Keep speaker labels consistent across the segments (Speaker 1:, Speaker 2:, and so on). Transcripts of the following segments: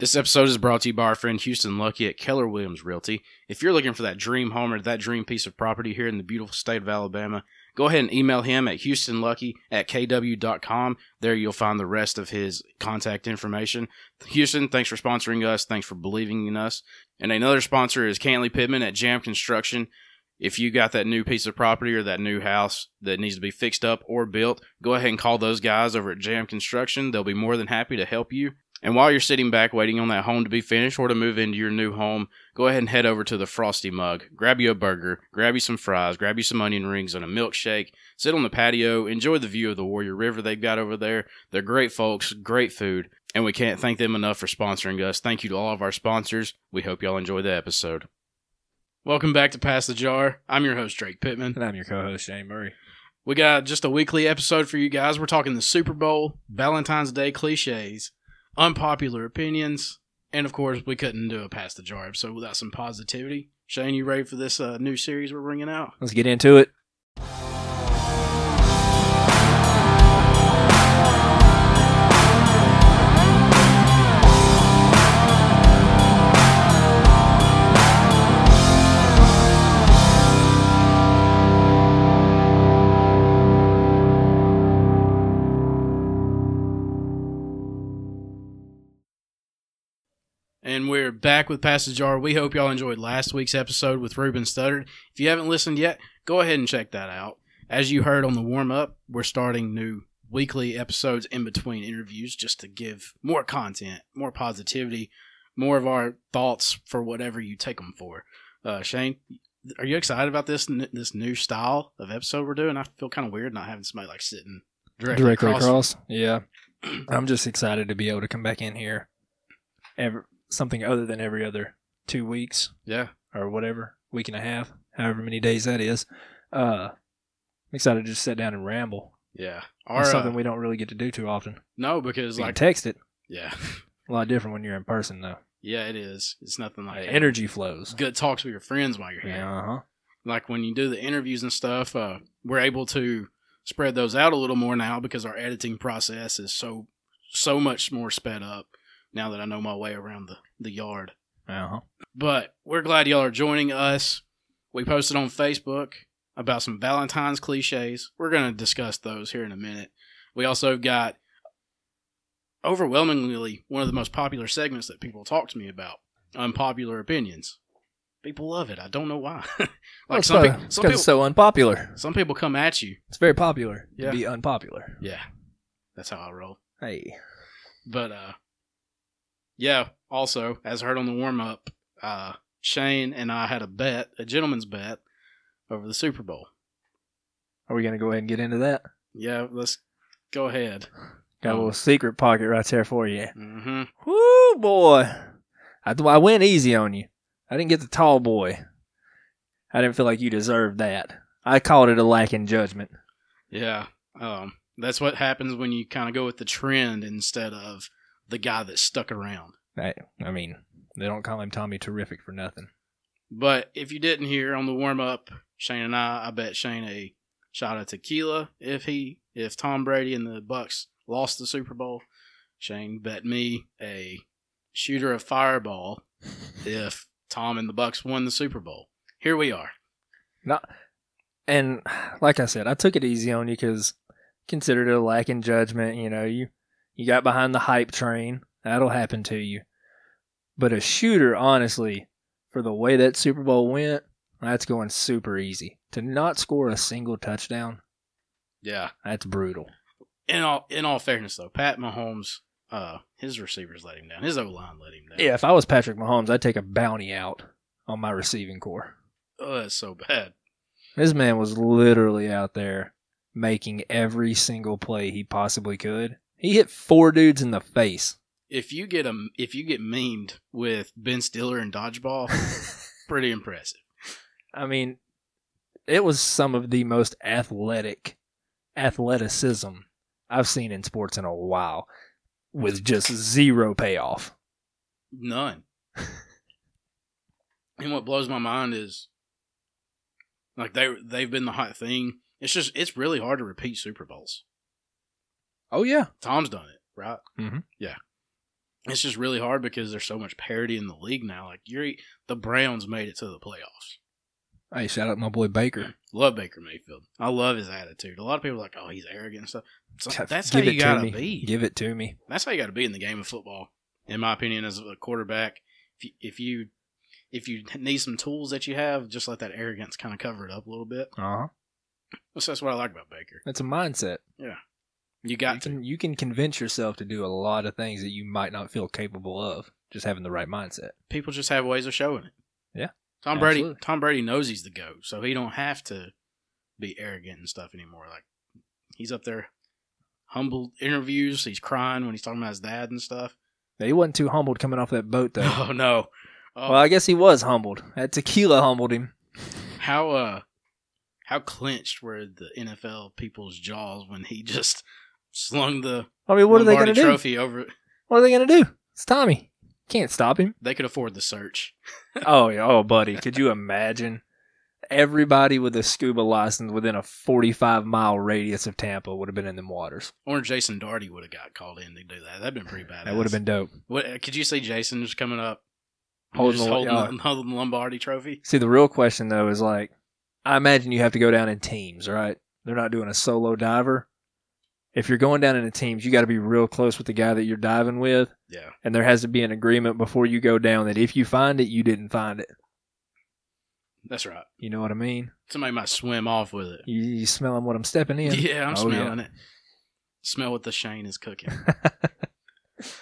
Speaker 1: This episode is brought to you by our friend Houston Lucky at Keller Williams Realty. If you're looking for that dream home or that dream piece of property here in the beautiful state of Alabama, go ahead and email him at houstonlucky at kw.com. There you'll find the rest of his contact information. Houston, thanks for sponsoring us. Thanks for believing in us. And another sponsor is Cantley Pittman at Jam Construction. If you got that new piece of property or that new house that needs to be fixed up or built, go ahead and call those guys over at Jam Construction. They'll be more than happy to help you. And while you're sitting back waiting on that home to be finished or to move into your new home, go ahead and head over to the Frosty Mug. Grab you a burger, grab you some fries, grab you some onion rings and a milkshake. Sit on the patio, enjoy the view of the Warrior River they've got over there. They're great folks, great food, and we can't thank them enough for sponsoring us. Thank you to all of our sponsors. We hope y'all enjoy the episode. Welcome back to Pass the Jar. I'm your host, Drake Pittman.
Speaker 2: And I'm your co-host Shane Murray.
Speaker 1: We got just a weekly episode for you guys. We're talking the Super Bowl, Valentine's Day cliches, unpopular opinions, and of course, we couldn't do a past the jar episode without some positivity. Shane, you ready for this uh, new series we're bringing out?
Speaker 2: Let's get into it.
Speaker 1: And we're back with Past the Jar. We hope y'all enjoyed last week's episode with Ruben Studdard. If you haven't listened yet, go ahead and check that out. As you heard on the warm up, we're starting new weekly episodes in between interviews just to give more content, more positivity, more of our thoughts for whatever you take them for. Uh, Shane, are you excited about this n- this new style of episode we're doing? I feel kind of weird not having somebody like sitting directly,
Speaker 2: Directly
Speaker 1: across.
Speaker 2: across. Yeah. I'm just excited to be able to come back in here. Every, something other than every other two weeks
Speaker 1: Yeah,
Speaker 2: or whatever, week and a half, however many days that is. Uh I'm excited to just sit down and ramble.
Speaker 1: yeah. Or,
Speaker 2: It's
Speaker 1: uh,
Speaker 2: something we don't really get to do too often.
Speaker 1: no, because
Speaker 2: You can
Speaker 1: like
Speaker 2: text it.
Speaker 1: yeah.
Speaker 2: A lot different when you're in person though.
Speaker 1: Yeah, it is. It's nothing like
Speaker 2: Like,
Speaker 1: having
Speaker 2: Uh, energy flows.
Speaker 1: good talks with your friends while you're here.
Speaker 2: Yeah, uh-huh.
Speaker 1: Like when you do the interviews and stuff, uh, we're able to spread those out a little more now because our editing process is so so much more sped up now that I know my way around the, the yard.
Speaker 2: Uh-huh.
Speaker 1: But we're glad y'all are joining us. We posted on Facebook about some Valentine's cliches. We're going to discuss those here in a minute. We also got overwhelmingly one of the most popular segments that people talk to me about unpopular opinions. People love it. I don't know why. like some,
Speaker 2: because
Speaker 1: pe- some people,
Speaker 2: it's so unpopular.
Speaker 1: some people come at you.
Speaker 2: It's very popular
Speaker 1: Yeah.
Speaker 2: to be unpopular.
Speaker 1: Yeah, that's how I roll.
Speaker 2: Hey.
Speaker 1: But uh yeah, also, as heard on the warm up, uh Shane and I had a bet, a gentleman's bet over the Super Bowl.
Speaker 2: Are we going to go ahead and get into that?
Speaker 1: Yeah, let's go ahead.
Speaker 2: Got
Speaker 1: Oh.
Speaker 2: a little secret pocket right there for you.
Speaker 1: hmm
Speaker 2: Um, Woo, boy. I, th- I went easy on you. I didn't get the tall boy. I didn't feel like you deserved that. I called it a lack in judgment.
Speaker 1: Yeah. Um that's what happens when you kind of go with the trend instead of the guy that stuck around.
Speaker 2: I, I mean, they don't call him Tommy Terrific for nothing.
Speaker 1: But if you didn't hear on the warm up, Shane and I, I bet Shane a shot of tequila if he if Tom Brady and the Bucks lost the Super Bowl. Shane bet me a shooter of fireball if Tom and the Bucks won the Super Bowl. Here we are.
Speaker 2: And like I said, I took it easy on you because considered it a lack in judgment. You know, you you got behind the hype train. That'll happen to you. But a shooter, honestly, for the way that Super Bowl went, that's going super easy. To not score a single touchdown,
Speaker 1: Yeah.
Speaker 2: that's brutal.
Speaker 1: In all in all fairness though, Pat Mahomes, uh, his receivers let him down. His O line let him down.
Speaker 2: Yeah, if I was Patrick Mahomes, I'd take a bounty out on my receiving core.
Speaker 1: Oh, that's so bad.
Speaker 2: This man was literally out there making every single play he possibly could. He hit four dudes in the face.
Speaker 1: If you get a if you get memed with Ben Stiller and dodgeball, pretty impressive.
Speaker 2: I mean, it was some of the most athletic athleticism I've seen in sports in a while with just zero payoff.
Speaker 1: None. and what blows my mind is like they they've been the hot thing. It's just it's really hard to repeat Super Bowls.
Speaker 2: Oh yeah.
Speaker 1: Tom's done it, right?
Speaker 2: Mhm.
Speaker 1: Yeah. It's just really hard because there's so much parity in the league now. Like you're the Browns made it to the playoffs.
Speaker 2: Hey, shout out my boy Baker.
Speaker 1: Love Baker Mayfield. I love his attitude. A lot of people are like, oh, he's arrogant and stuff. So that's how
Speaker 2: Give
Speaker 1: you
Speaker 2: it to
Speaker 1: gotta
Speaker 2: me.
Speaker 1: be.
Speaker 2: Give it to me.
Speaker 1: That's how you gotta be in the game of football, in my opinion, as a quarterback. If you if you, if you need some tools that you have, just let that arrogance kind of cover it up a little bit.
Speaker 2: Uh huh.
Speaker 1: So that's what I like about Baker.
Speaker 2: That's a mindset.
Speaker 1: You
Speaker 2: you
Speaker 1: got to.
Speaker 2: can you can convince yourself to do a lot of things that you might not feel capable of just having the right mindset.
Speaker 1: People just have ways of showing it.
Speaker 2: Yeah,
Speaker 1: Tom Brady.
Speaker 2: absolutely.
Speaker 1: Tom Brady knows he's the goat, so he don't have to be arrogant and stuff anymore. Like he's up there, humble interviews. He's crying when he's talking about his dad and stuff.
Speaker 2: Now, he wasn't too humbled coming off that boat though.
Speaker 1: Oh no. Oh,
Speaker 2: Well, I guess he was humbled. That tequila humbled him.
Speaker 1: how uh, how clenched were the NFL people's jaws when he just slung the
Speaker 2: I mean, what are they
Speaker 1: Lombardi
Speaker 2: going to do?
Speaker 1: trophy over?
Speaker 2: What are they going to do? It's Tommy. Can't stop him.
Speaker 1: They could afford the search.
Speaker 2: oh, yeah. oh, buddy, could you imagine? Everybody with a scuba license within a 45 mile radius of Tampa would have been in them waters.
Speaker 1: Or Jason Darty would have got called in to do that. That'd been pretty bad.
Speaker 2: That would have been dope.
Speaker 1: What uh, could you see Jason just coming up,
Speaker 2: Holding
Speaker 1: just
Speaker 2: the- uh,
Speaker 1: holding,
Speaker 2: yeah.
Speaker 1: the, holding the Lombardi Trophy?
Speaker 2: See, the real question though is like, I imagine you have to go down in teams, right? They're not doing a solo diver. If you're going down in teams, you got to be real close with the guy that you're diving with,
Speaker 1: Yeah,
Speaker 2: and there has to be an agreement before you go down that if you find it, you didn't find it.
Speaker 1: that's right.
Speaker 2: You know what I mean?
Speaker 1: Somebody might swim off with it.
Speaker 2: You, you smelling what I'm stepping
Speaker 1: Yeah,
Speaker 2: in?
Speaker 1: I'm
Speaker 2: Oh, yeah.
Speaker 1: smelling it. Smell what the Shane is cooking.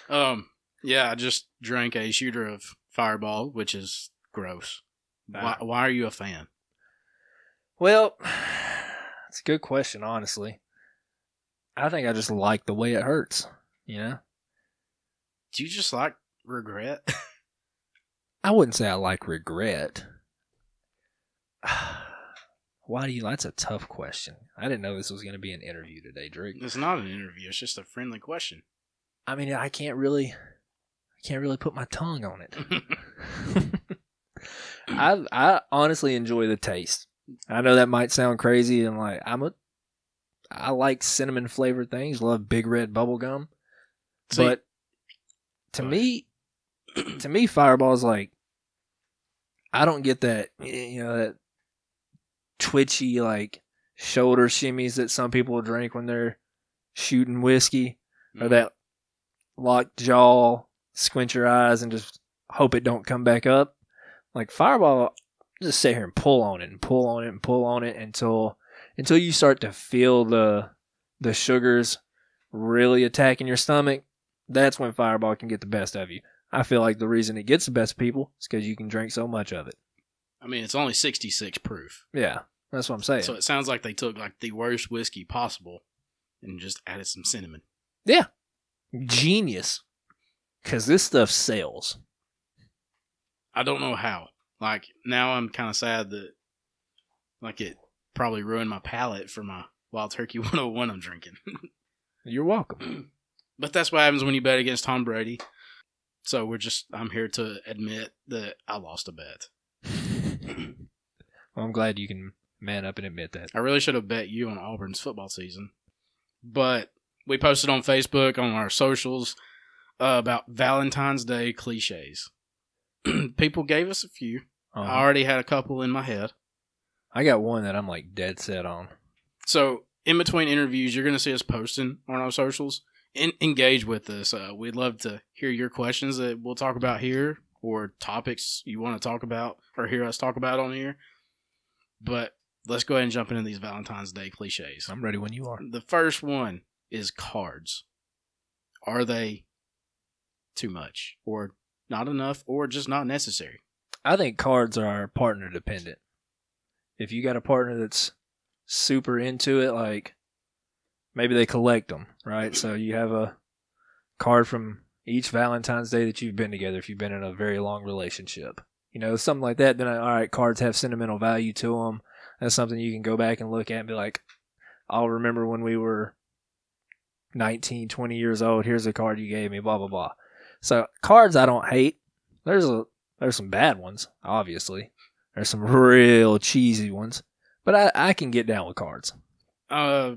Speaker 1: um, yeah, I just drank a shooter of Fireball, which is gross.
Speaker 2: Ah.
Speaker 1: Why, why are you a fan?
Speaker 2: Well, it's a good question, honestly. I think I just like the way it hurts. You know,
Speaker 1: Do you just like regret?
Speaker 2: I wouldn't say I like regret. Why do you? That's a tough question. I didn't know this was going to be an interview today, Drake.
Speaker 1: it's not an interview. It's just a friendly question.
Speaker 2: I mean, I can't really, I can't really put my tongue on it. I I honestly enjoy the taste. I know that might sound crazy, and like I'm a, I like cinnamon flavored things. Love Big Red bubble gum.
Speaker 1: See,
Speaker 2: but to
Speaker 1: Go
Speaker 2: me, to me, Fireball's like I don't get that you know that twitchy like shoulder shimmies that some people drink when they're shooting whiskey, or that locked jaw, squint your eyes, and just hope it don't come back up. Like Fireball, just sit here and pull on it and pull on it and pull on it until until you start to feel the the sugars really attacking your stomach, that's when Fireball can get the best of you. I feel like the reason it gets the best of people is because you can drink so much of it.
Speaker 1: I mean, it's only 66 proof.
Speaker 2: Oh, Yeah, that's what I'm saying.
Speaker 1: So it sounds like they took like the worst whiskey possible and just added some cinnamon.
Speaker 2: Genius, because this stuff sells.
Speaker 1: I don't know how. Like now, I'm kind of sad that like it probably ruined my palate for my Wild Turkey 101 I'm drinking.
Speaker 2: You're welcome.
Speaker 1: but that's what happens when you bet against Tom Brady. So we're just I'm here to admit that I lost a bet.
Speaker 2: Well, I'm glad you can man up and admit that.
Speaker 1: I really should have bet you on Auburn's football season. But we posted on Facebook on our socials uh, about Valentine's Day cliches. People gave us a few.
Speaker 2: Um,
Speaker 1: I already had a couple in my head.
Speaker 2: I got one that I'm like dead set on.
Speaker 1: So in between interviews, you're going to see us posting on our socials. En- engage with us. Uh, we'd love to hear your questions that we'll talk about here, or topics you want to talk about or hear us talk about on here. But let's go ahead and jump into these Valentine's Day cliches.
Speaker 2: I'm ready when you are.
Speaker 1: The first one is cards. Are they too much, or not enough, or just not necessary?
Speaker 2: I think cards are partner dependent. If you got a partner that's super into it, like maybe they collect them, right? So you have a card from each Valentine's Day that you've been together, if you've been in a very long relationship, you know, something like that, then all right, cards have sentimental value to them. That's something you can go back and look at and be like, I'll remember when we were 19, 20 years old. Here's a card you gave me, blah, blah, blah. So cards I don't hate. There's a there's some bad ones, obviously. There's some real cheesy ones, but I, I can get down with cards.
Speaker 1: Uh,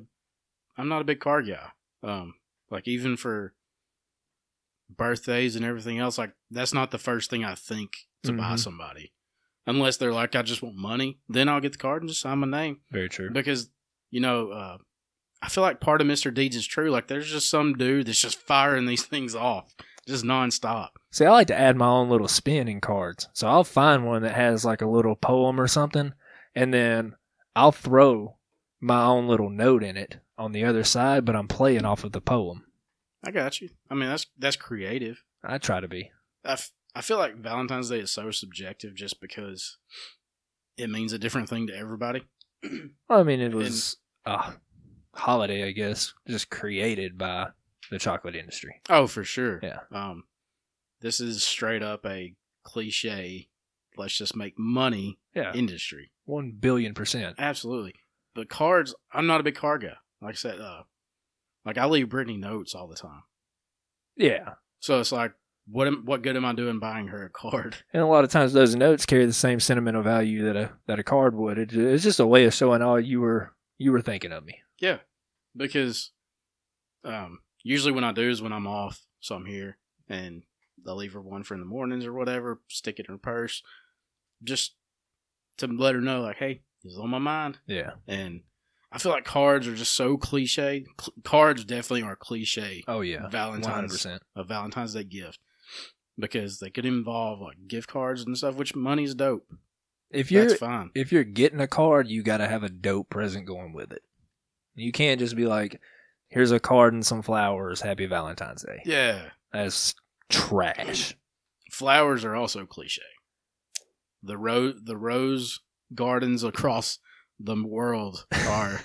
Speaker 1: I'm not a big card guy. Um, like even for birthdays and everything else, like that's not the first thing I think to buy
Speaker 2: Mhm.
Speaker 1: somebody. Unless they're like, I just want money, then I'll get the card and just sign my name.
Speaker 2: Very true.
Speaker 1: Because, you know, uh, I feel like part of Mr. Deeds is true. Like there's just some dude that's just firing these things off, just nonstop.
Speaker 2: See, I like to add my own little spin in cards. So I'll find one that has like a little poem or something, and then I'll throw my own little note in it on the other side, but I'm playing off of the poem.
Speaker 1: I got you. I mean, that's that's creative.
Speaker 2: I try to be.
Speaker 1: I, f- I feel like Valentine's Day is so subjective just because it means a different thing to everybody.
Speaker 2: Well, I mean, it was a holiday, I guess, just created by the chocolate industry.
Speaker 1: Oh, for sure.
Speaker 2: Yeah.
Speaker 1: Um, this is straight up a cliche. Let's just make money
Speaker 2: Yeah.
Speaker 1: industry.
Speaker 2: One billion percent.
Speaker 1: Absolutely. But cards, I'm not a big card guy. Like I said, uh, like I leave Brittany notes all the time.
Speaker 2: Yeah.
Speaker 1: So it's like, what am, what good am I doing buying her a card?
Speaker 2: And a lot of times those notes carry the same sentimental value that a that a card would. It, it's just a way of showing all you were you were thinking of me.
Speaker 1: Because, um, usually when I do is when I'm off, so I'm here, and I leave her one for in the mornings or whatever. Stick it in her purse, just to let her know, like, hey, this is on my mind.
Speaker 2: Yeah.
Speaker 1: and I feel like cards are just so cliche. Cl- cards definitely are cliche.
Speaker 2: Oh yeah. One
Speaker 1: Valentine's
Speaker 2: percent.
Speaker 1: a Valentine's Day gift because they could involve like gift cards and stuff, which money's dope.
Speaker 2: If you're
Speaker 1: That's fine.
Speaker 2: if you're getting a card, you got to have a dope present going with it. You can't just be like, "Here's a card and some flowers. Happy Valentine's Day."
Speaker 1: Yeah,
Speaker 2: That's trash.
Speaker 1: flowers are also cliche. The rose, the rose gardens across the world are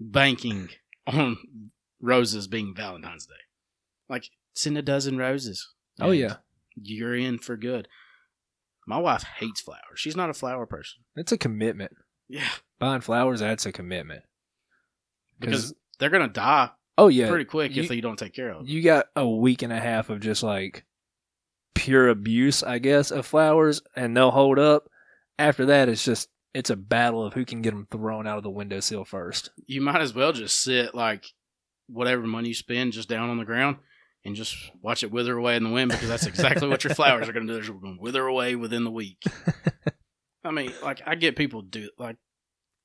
Speaker 1: banking on roses being Valentine's Day. Like send a dozen roses.
Speaker 2: Oh
Speaker 1: and
Speaker 2: yeah,
Speaker 1: you're in for good. My wife hates flowers. She's not a flower person.
Speaker 2: it's a commitment.
Speaker 1: Yeah,
Speaker 2: Buying flowers, that's a commitment.
Speaker 1: because they're gonna die
Speaker 2: oh yeah,
Speaker 1: pretty quick
Speaker 2: you-
Speaker 1: if they don't take care of them.
Speaker 2: you got a week and a half of just like pure abuse, I guess, of flowers, and they'll hold up. After that, it's just it's a battle of who can get them thrown out of the windowsill first.
Speaker 1: You might as well just sit like whatever money you spend just down on the ground and just watch it wither away in the wind because that's exactly what your flowers are gonna do. They're just gonna wither away within the week. I mean, like I get people do like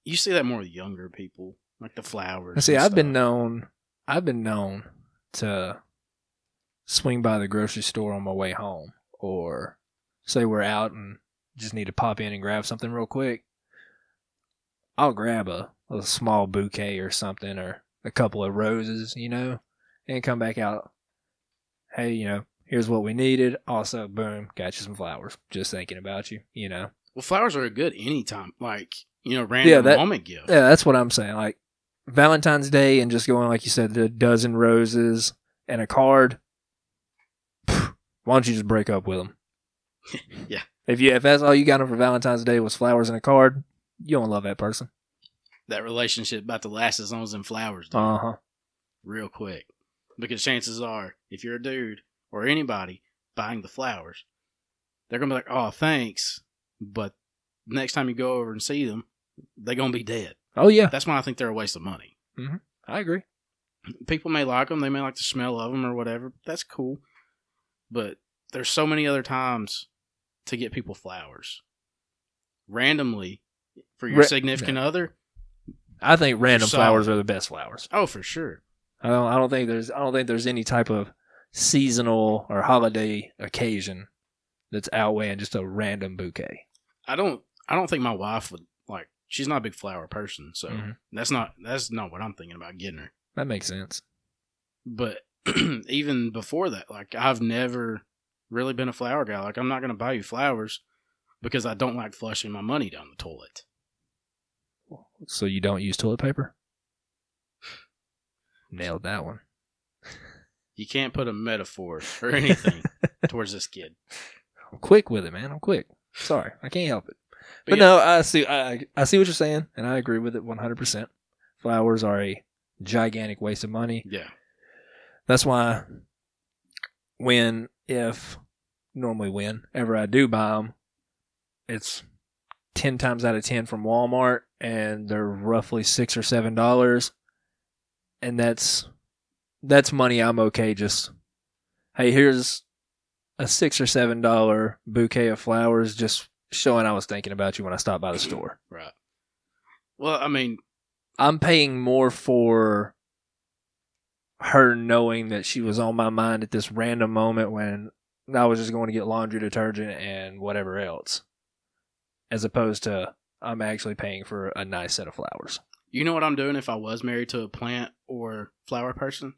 Speaker 1: you see that more with younger people, like the flowers.
Speaker 2: See,
Speaker 1: and
Speaker 2: I've been
Speaker 1: stuff.
Speaker 2: known, I've been known to swing by the grocery store on my way home, or say we're out and just need to pop in and grab something real quick. I'll grab a, a small bouquet or something, or a couple of roses, you know, and come back out. Hey, you know, here's what we needed. Also, boom, got you some flowers. Just thinking about you, you know.
Speaker 1: well, flowers are good anytime, like you know, random
Speaker 2: that-
Speaker 1: moment gift.
Speaker 2: Yeah, that's what I'm saying. Like Valentine's Day and just going like you said, the dozen roses and a card. Pff, Why don't you just break up with them?
Speaker 1: Yeah.
Speaker 2: If you if that's all you got 'em for Valentine's Day was flowers and a card, you don't love that person.
Speaker 1: That relationship about to last as long as them flowers. do.
Speaker 2: Uh huh.
Speaker 1: real quick. Because chances are, if you're a dude or anybody buying the flowers, they're gonna be like, "Oh, thanks," but next time you go over and see them, they're gonna be dead.
Speaker 2: Oh yeah,
Speaker 1: That's why I think they're a waste of money.
Speaker 2: I agree.
Speaker 1: People may like them, they may like the smell of them or whatever. That's cool, but there's so many other times to get people flowers randomly for your
Speaker 2: Ra-
Speaker 1: significant other.
Speaker 2: I think random
Speaker 1: So-
Speaker 2: flowers are the best flowers.
Speaker 1: Oh, for sure.
Speaker 2: I don't. I don't think there's. I don't think there's any type of seasonal or holiday occasion that's outweighing just a random bouquet.
Speaker 1: I don't. I don't think my wife would like. She's not a big flower person, so.
Speaker 2: Mhm.
Speaker 1: That's not that's not what I'm thinking about getting her.
Speaker 2: That makes sense.
Speaker 1: But even before that, like I've never really been a flower guy. Like I'm not gonna buy you flowers because I don't like flushing my money down the toilet.
Speaker 2: So you don't use toilet paper? Nailed that one.
Speaker 1: You can't put a metaphor or anything towards this kid.
Speaker 2: I'm quick with it, man. I'm quick. Sorry, I can't help it. But,
Speaker 1: But yeah.
Speaker 2: no, I see. I I see what you're saying, and I agree with it 100. percent Flowers are a gigantic waste of money.
Speaker 1: Yeah.
Speaker 2: That's why when, if, normally when, ever I do buy them, it's 10 times out of 10 from Walmart and they're roughly 6 or $7 and that's that's money I'm okay just hey, here's a six or seven dollar bouquet of flowers just showing I was thinking about you when I stopped by the store.
Speaker 1: Right. Well, I mean,
Speaker 2: I'm paying more for her knowing that she was on my mind at this random moment when I was just going to get laundry detergent and whatever else, as opposed to I'm actually paying for a nice set of flowers.
Speaker 1: you know what I'm doing if I was married to a plant or flower person?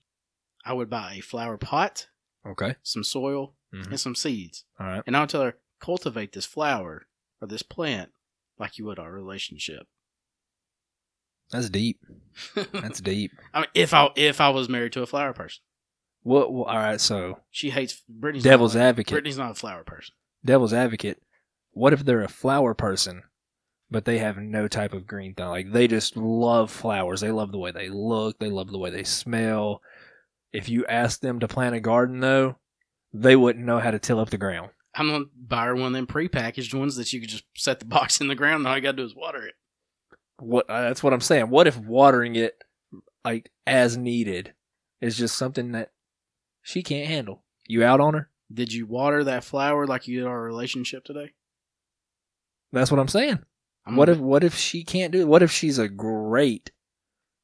Speaker 1: I would buy a flower pot,
Speaker 2: Okay.
Speaker 1: some soil,
Speaker 2: Mhm.
Speaker 1: and some seeds.
Speaker 2: All right.
Speaker 1: And I would tell her, cultivate this flower or this plant like you would our relationship.
Speaker 2: That's deep.
Speaker 1: I
Speaker 2: That's deep.
Speaker 1: mean, if I if I was married to a flower person,
Speaker 2: What? well, all right. So,
Speaker 1: she hates Brittany's
Speaker 2: devil's
Speaker 1: not,
Speaker 2: advocate.
Speaker 1: Brittany's not a flower person.
Speaker 2: devil's advocate. What if they're a flower person, but they have no type of green thumb? Like they just love flowers. They love the way they look. They love the way they smell. If you ask them to plant a garden, though, they wouldn't know how to till up the ground.
Speaker 1: I'm gonna buy her one of them prepackaged ones that you could just set the box in the ground and all you gotta do is water it.
Speaker 2: What? Uh, that's what I'm saying. What if watering it like as needed is just something that she can't handle? You out on her?
Speaker 1: Did you water that flower like you did our relationship today?
Speaker 2: That's what I'm saying.
Speaker 1: I'm
Speaker 2: What
Speaker 1: gonna-
Speaker 2: if what if she can't do it? What if she's a great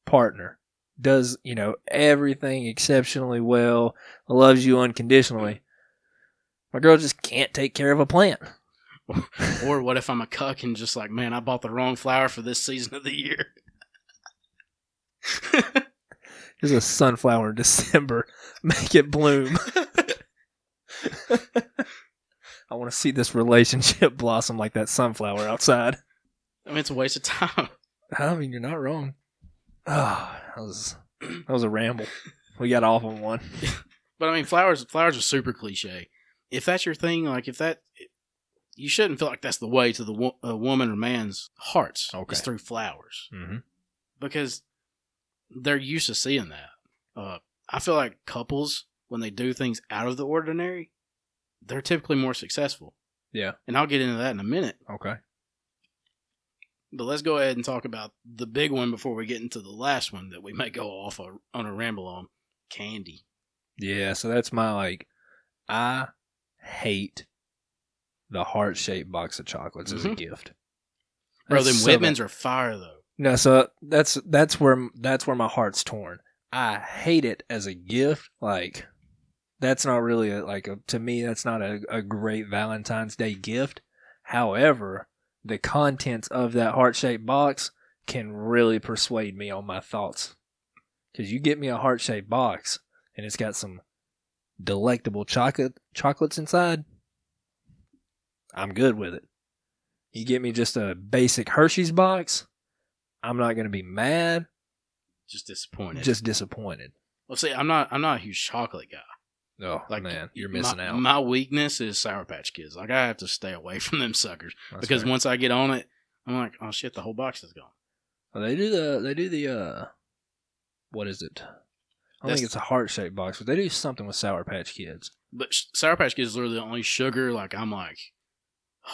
Speaker 2: partner? Does, you know, everything exceptionally well, loves you unconditionally. My girl just can't take care of a plant.
Speaker 1: Or what if I'm a cuck and just like, man, I bought the wrong flower for this season of the year?
Speaker 2: Here's a sunflower in December. Make it bloom. I want to see this relationship blossom like that sunflower outside.
Speaker 1: I mean, it's a waste of time.
Speaker 2: I mean, you're not wrong. Ah, that was that was a ramble. We got off on one.
Speaker 1: But I mean, flowers flowers are super cliche. If that's your thing, like if that, you shouldn't feel like that's the way to the wo- a woman or man's hearts.
Speaker 2: Okay.
Speaker 1: It's through flowers
Speaker 2: Mm-hmm.
Speaker 1: because they're used to seeing that. Uh, I feel like couples when they do things out of the ordinary, they're typically more successful.
Speaker 2: Yeah.
Speaker 1: And I'll get into that in a minute.
Speaker 2: Okay.
Speaker 1: But let's go ahead and talk about the big one before we get into the last one that we may go off a, on a ramble on candy.
Speaker 2: Yeah, so that's my like I hate the heart shaped box of chocolates as a
Speaker 1: Mhm.
Speaker 2: gift.
Speaker 1: Bro,
Speaker 2: That's
Speaker 1: them
Speaker 2: so
Speaker 1: Whitman's
Speaker 2: bad.
Speaker 1: are fire though.
Speaker 2: No, so that's that's where that's where my heart's torn. I hate it as a gift. Like that's not really a, like a, to me that's not a, a great Valentine's Day gift. However, the contents of that heart shaped box can really persuade me on my thoughts. Cause you get me a heart shaped box and it's got some delectable chocolate chocolates inside. I'm good with it. You get me just a basic Hershey's box. I'm not going to be mad,
Speaker 1: Just disappointed.
Speaker 2: just disappointed.
Speaker 1: well, see, I'm not I'm not a huge chocolate guy.
Speaker 2: Oh
Speaker 1: Like
Speaker 2: man, you're
Speaker 1: my-
Speaker 2: missing out.
Speaker 1: My weakness is Sour Patch Kids. Like I have to stay away from them suckers
Speaker 2: That's
Speaker 1: because
Speaker 2: fair.
Speaker 1: once I get on it, I'm like, oh shit, the whole box is gone.
Speaker 2: Well, they do the they do the uh, what is it? I don't
Speaker 1: That's-
Speaker 2: think it's a heart shaped box, but they do something with Sour Patch Kids.
Speaker 1: But sh- Sour Patch Kids are the only sugar. Like I'm like,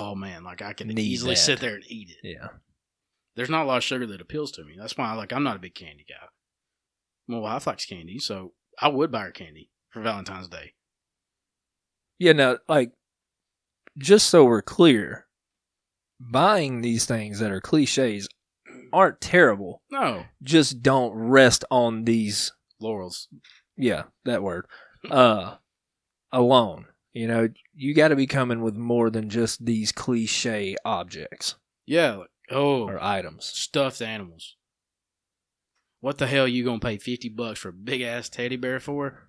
Speaker 1: oh man, like I can
Speaker 2: Need
Speaker 1: easily
Speaker 2: that.
Speaker 1: sit there and eat it.
Speaker 2: Yeah,
Speaker 1: there's not a lot of sugar that appeals to me. That's why, like, I'm not a big candy guy. My wife likes candy, so I would buy her candy for Valentine's Day.
Speaker 2: yeah. Now, like, just so we're clear, buying these things that are cliches aren't terrible.
Speaker 1: No
Speaker 2: Just don't rest on these
Speaker 1: laurels.
Speaker 2: yeah, that word. Uh alone. You know, you got to be coming with more than just these cliche objects
Speaker 1: Yeah. Like, oh,
Speaker 2: or items.
Speaker 1: stuffed animals. What the hell you gonna pay fifty bucks for a big ass teddy bear for,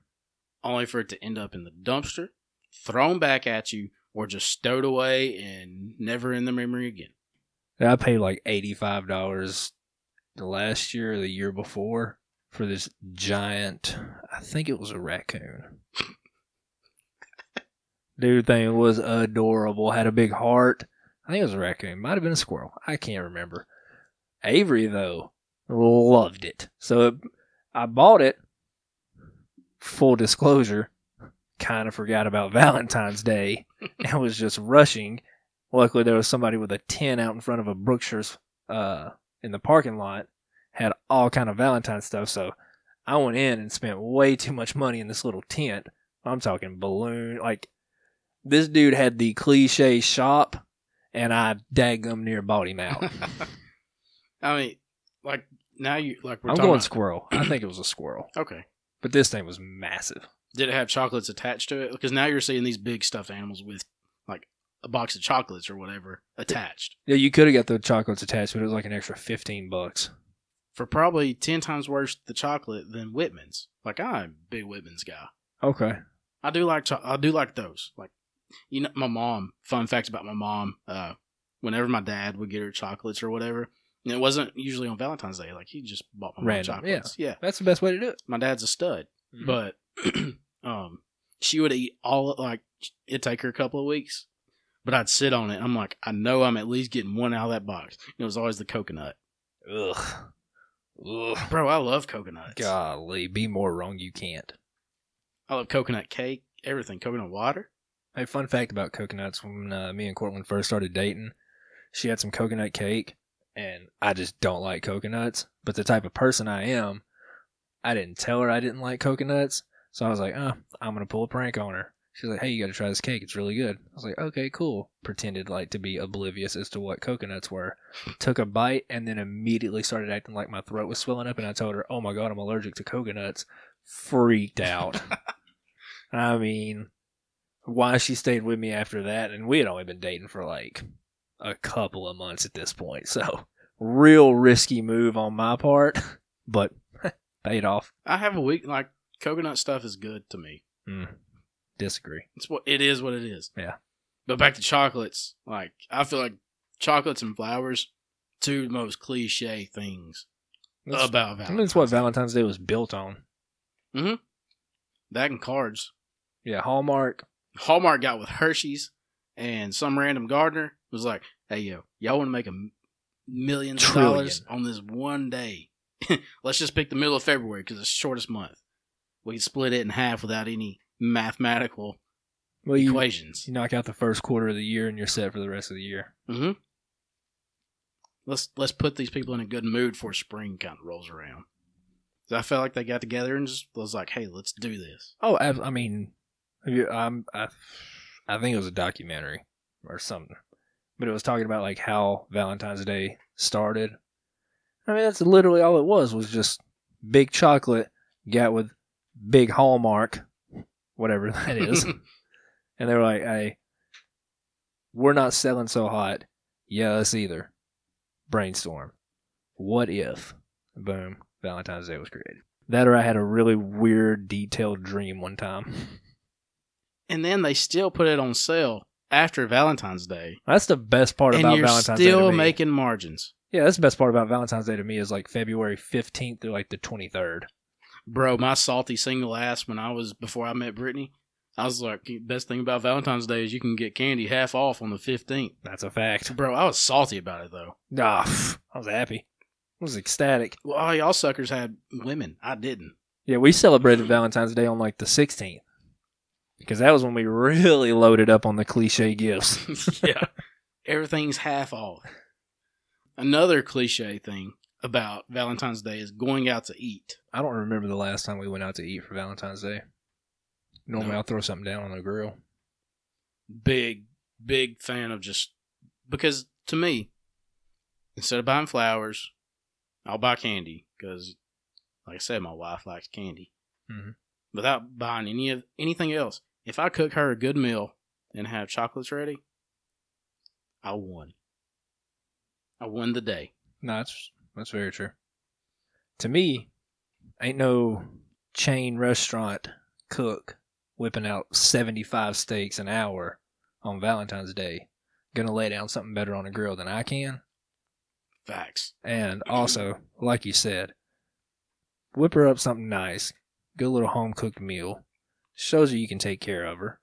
Speaker 1: only for it to end up in the dumpster, thrown back at you, or just stowed away and never in the memory again?
Speaker 2: I paid like $85 the last year or the year before for this giant, I think it was a raccoon. Dude thing was adorable, had a big heart. I think it was a raccoon, might have been a squirrel. I can't remember. Avery though loved it. So it, I bought it full disclosure, kind of forgot about Valentine's Day and was just rushing Luckily, there was somebody with a tin out in front of a Brookshire's uh, in the parking lot, had all kind of Valentine stuff. So I went in and spent way too much money in this little tent I'm talking balloon. Like this dude had the cliche shop, and I daggum near bought him out.
Speaker 1: I mean, like now you like we're
Speaker 2: I'm
Speaker 1: talking
Speaker 2: going
Speaker 1: about-
Speaker 2: squirrel. I think it was a squirrel,
Speaker 1: okay.
Speaker 2: but this thing was massive.
Speaker 1: Did it have chocolates attached to it? Because now you're seeing these big stuffed animals with like a box of chocolates or whatever attached
Speaker 2: Yeah, you could have got the chocolates attached, but it was like an extra fifteen bucks.
Speaker 1: for probably ten times worse the chocolate than Whitman's. Like I'm a big Whitman's guy.
Speaker 2: Okay.
Speaker 1: I do like cho- I do like those. Like you know, my mom. Fun fact about my mom. Uh, whenever my dad would get her chocolates or whatever, and it wasn't usually on Valentine's Day. Like he just bought my mom
Speaker 2: Random, Mm-hmm.
Speaker 1: chocolates. yeah,
Speaker 2: That's the best way to do it.
Speaker 1: my dad's a stud. but um she would eat all like it'd take her a couple of weeks but i'd sit on it i'm like i know i'm at least getting one out of that box and it was always the coconut
Speaker 2: ugh. Ugh.
Speaker 1: bro i love coconuts
Speaker 2: Golly, be more wrong you can't.
Speaker 1: i love coconut cake everything coconut water
Speaker 2: Hey, fun fact about coconuts: when uh, me and Cortland first started dating, she had some coconut cake, and I just don't like coconuts. But the type of person I am, I didn't tell her I didn't like coconuts, so I was like, "Uh, I'm gonna pull a prank on her." She's like, "Hey, you got to try this cake; it's really good." I was like, "Okay, cool." Pretended like to be oblivious as to what coconuts were. Took a bite and then immediately started acting like my throat was swelling up, and I told her, "Oh my god, I'm allergic to coconuts." Freaked out. I mean why she stayed with me after that and we had only been dating for like a couple of months at this point so real risky move on my part but paid off
Speaker 1: i have a week like coconut stuff is good to me
Speaker 2: Mm. disagree
Speaker 1: it's what it is what it is
Speaker 2: Yeah.
Speaker 1: but back to chocolates like i feel like chocolates and flowers two most cliche things
Speaker 2: that's,
Speaker 1: about
Speaker 2: I mean,
Speaker 1: Valentine's.
Speaker 2: that's what valentine's day was built on
Speaker 1: that and cards
Speaker 2: yeah hallmark
Speaker 1: Hallmark got with Hershey's and some random gardener was like, "Hey yo, y'all want to make a m- millions of
Speaker 2: Trillion.
Speaker 1: dollars on this one day? Let's just pick the middle of February because it's the shortest month. We can split it in half without any mathematical
Speaker 2: well you,
Speaker 1: equations.
Speaker 2: you knock out the first quarter of the year and you're set for the rest of the year
Speaker 1: hmm Let's let's put these people in a good mood for spring kind of rolls around." 'Cause I felt like they got together and just was like, "Hey, let's do this."
Speaker 2: oh i, I mean have you, I'm, I, I think it was a documentary or something but it was talking about like how valentine's day started I mean, that's literally all it was was just big chocolate got with big Hallmark, whatever that is. and they were like, hey, we're not selling so hot. Yeah, us either. Brainstorm. What if? Boom. Valentine's Day was created. That or I had a really weird, detailed dream one time.
Speaker 1: And then they still put it on sale after Valentine's Day.
Speaker 2: That's the best part about
Speaker 1: and you're
Speaker 2: Valentine's Day.
Speaker 1: still
Speaker 2: to me.
Speaker 1: making margins,
Speaker 2: yeah, that's the best part about Valentine's Day to me is like February 15th through like the 23rd.
Speaker 1: bro. My salty single ass when I was before I met Brittany, I was like, best thing about Valentine's Day is you can get candy half off on the fifteenth,
Speaker 2: That's a fact.
Speaker 1: bro. I was salty about it though.
Speaker 2: Ah, pff, I was happy. I was ecstatic.
Speaker 1: Well, all y'all suckers had women, I didn't.
Speaker 2: Yeah, we celebrated Valentine's Day on like the 16th because that was when we really loaded up on the cliche gifts.
Speaker 1: yeah, everything's half off. Another cliche thing about Valentine's Day is going out to eat.
Speaker 2: I don't remember the last time we went out to eat for Valentine's Day. Normally,
Speaker 1: No.
Speaker 2: I'll throw something down on the grill.
Speaker 1: Big, big fan of just because to me, instead of buying flowers, I'll buy candy because, like I said, my wife likes candy.
Speaker 2: Mhm.
Speaker 1: Without buying any of anything else, if I cook her a good meal and have chocolates ready, I won. I won the day.
Speaker 2: No, that's that's very true. To me, ain't no chain restaurant cook whipping out seventy five steaks an hour on Valentine's Day gonna lay down something better on a grill than I can.
Speaker 1: Facts.
Speaker 2: And also, like you said, whip her up something nice, good little home cooked meal, shows her you can take care of her.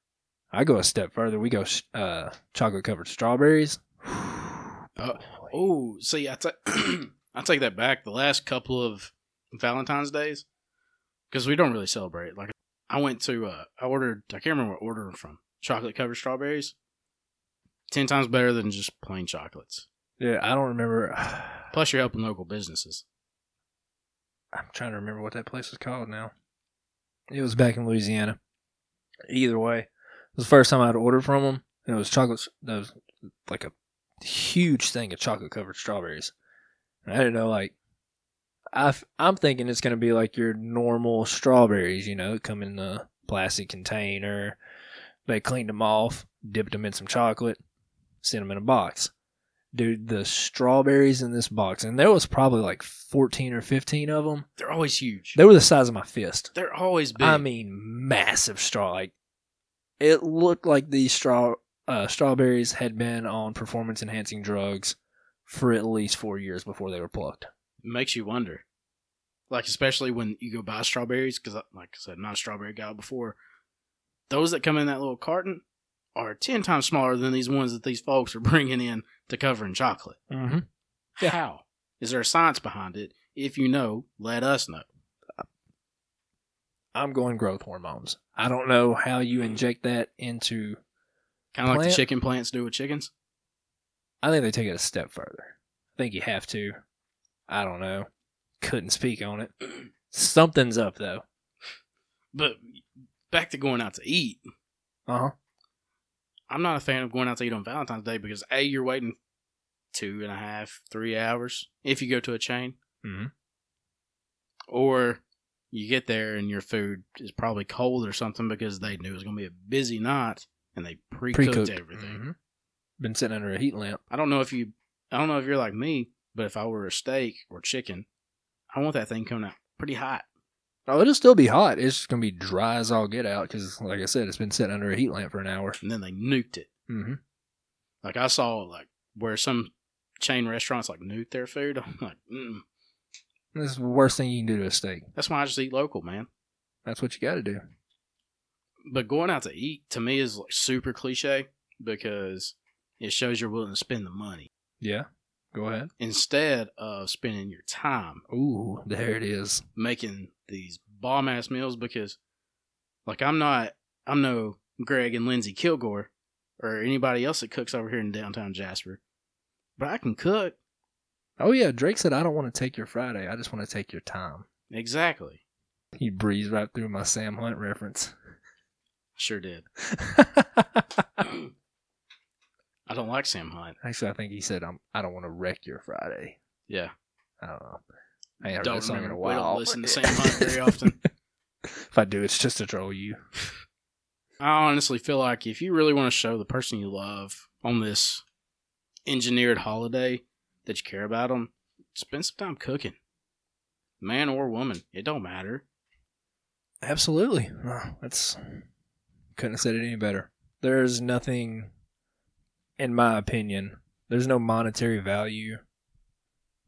Speaker 2: I go a step further. We go sh- uh, chocolate covered strawberries.
Speaker 1: Oh, see, I ta- I take that back. The last couple of Valentine's days, because we don't really celebrate. Like, I went to, uh, I ordered, I can't remember what order I'm from. Chocolate covered strawberries. Ten times better than just plain chocolates.
Speaker 2: Yeah, I don't remember.
Speaker 1: Plus, you're helping local businesses.
Speaker 2: I'm trying to remember what that place was called now. It was back in Louisiana. Either way, it was the first time I'd ordered from them, and it was chocolate. That was like a huge thing of chocolate covered strawberries. And I didn't know like I f- I'm thinking it's gonna be like your normal strawberries, you know, come in the plastic container. They cleaned them off, dipped them in some chocolate, sent them in a box. Dude, the strawberries in this box, and there was probably like 14 or 15 of them.
Speaker 1: They're always huge.
Speaker 2: They were the size of my fist.
Speaker 1: They're always big.
Speaker 2: I mean, massive straw. Like it looked like these straw uh, strawberries had been on performance enhancing drugs for at least four years before they were plucked.
Speaker 1: it makes you wonder. Like especially when you go buy strawberries, because like I said, I'm not a strawberry guy before. Those that come in that little carton are ten times smaller than these ones that these folks are bringing in to cover in chocolate.
Speaker 2: Mm-hmm. Yeah.
Speaker 1: How is there a science behind it? If you know, let us know.
Speaker 2: I'm going growth hormones. I don't know how you inject that into.
Speaker 1: Kind of like the
Speaker 2: Plant-
Speaker 1: chicken plants do with chickens.
Speaker 2: I think they take it a step further. I think you have to. I don't know. Couldn't speak on it. Something's up though.
Speaker 1: But back to going out to eat.
Speaker 2: Uh
Speaker 1: Uh-huh.
Speaker 2: huh.
Speaker 1: I'm not a fan of going out to eat on Valentine's Day because a you're waiting two and a half, three hours if you go to a chain,
Speaker 2: Mhm.
Speaker 1: or you get there and your food is probably cold or something because they knew it was going to be a busy night and they pre-cooked, everything.
Speaker 2: Mhm. Been sitting under a heat lamp.
Speaker 1: I don't know if you, I don't know if you're like me, but if I were a steak or chicken, I want that thing coming out pretty hot.
Speaker 2: Oh, it'll still be hot. It's just gonna be dry as all get out because, like I said, it's been sitting under a heat lamp for an hour.
Speaker 1: And then they nuked it.
Speaker 2: Mm-hmm.
Speaker 1: Like I saw like where some chain restaurants like nuke their food. I'm like, mm,
Speaker 2: This is the worst thing you can do to a steak.
Speaker 1: that's why I just eat local, man.
Speaker 2: That's what you got to do.
Speaker 1: but going out to eat to me is like super cliche because it shows you're willing to spend the money
Speaker 2: Yeah. Go ahead.
Speaker 1: instead of spending your time
Speaker 2: Ooh, there it is.
Speaker 1: making these bomb ass meals because like I'm not I'm no Greg and Lindsay Kilgore or anybody else that cooks over here in downtown Jasper. But I can cook.
Speaker 2: Oh yeah, Drake said I don't want to take your Friday. I just want to take your time.
Speaker 1: Exactly.
Speaker 2: He breezed right through my Sam Hunt reference.
Speaker 1: Sure did. I don't like Sam Hunt.
Speaker 2: Actually, I think he said I'm, I don't want to wreck your Friday.
Speaker 1: Yeah.
Speaker 2: I don't know. I ain't heard
Speaker 1: Don't
Speaker 2: that song in
Speaker 1: remember-
Speaker 2: a
Speaker 1: we
Speaker 2: while.
Speaker 1: don't listen to Sam Hunt very often.
Speaker 2: if I do, it's just to troll you.
Speaker 1: I honestly feel like if you really want to show the person you love on this engineered holiday that you care about them, spend some time cooking. Man or woman, it don't matter.
Speaker 2: Absolutely. Oh, that's couldn't have said it any better. There's nothing in my opinion, there's no monetary value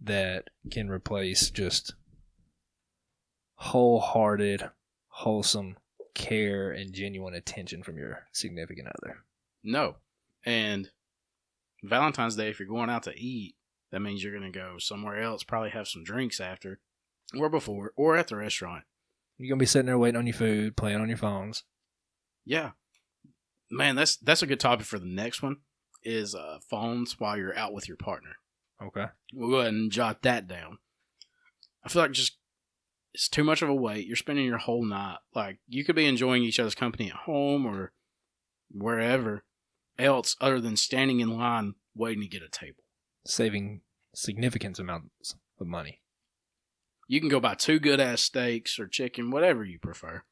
Speaker 2: that can replace just wholehearted, wholesome care and genuine attention from your significant other.
Speaker 1: No. And Valentine's Day, if you're going out to eat, that means you're going to go somewhere else, probably have some drinks after or before or at the restaurant.
Speaker 2: You're gonna be sitting there waiting on your food, playing on your phones.
Speaker 1: Yeah. Man, that's that's a good topic for the next one is uh, phones while you're out with your partner.
Speaker 2: Okay.
Speaker 1: We'll go ahead and jot that down. I feel like just it's too much of a wait. You're spending your whole night like you could be enjoying each other's company at home or wherever else, other than standing in line waiting to get a table.
Speaker 2: Saving significant amounts of money.
Speaker 1: You can go buy two good ass steaks or chicken, whatever you prefer,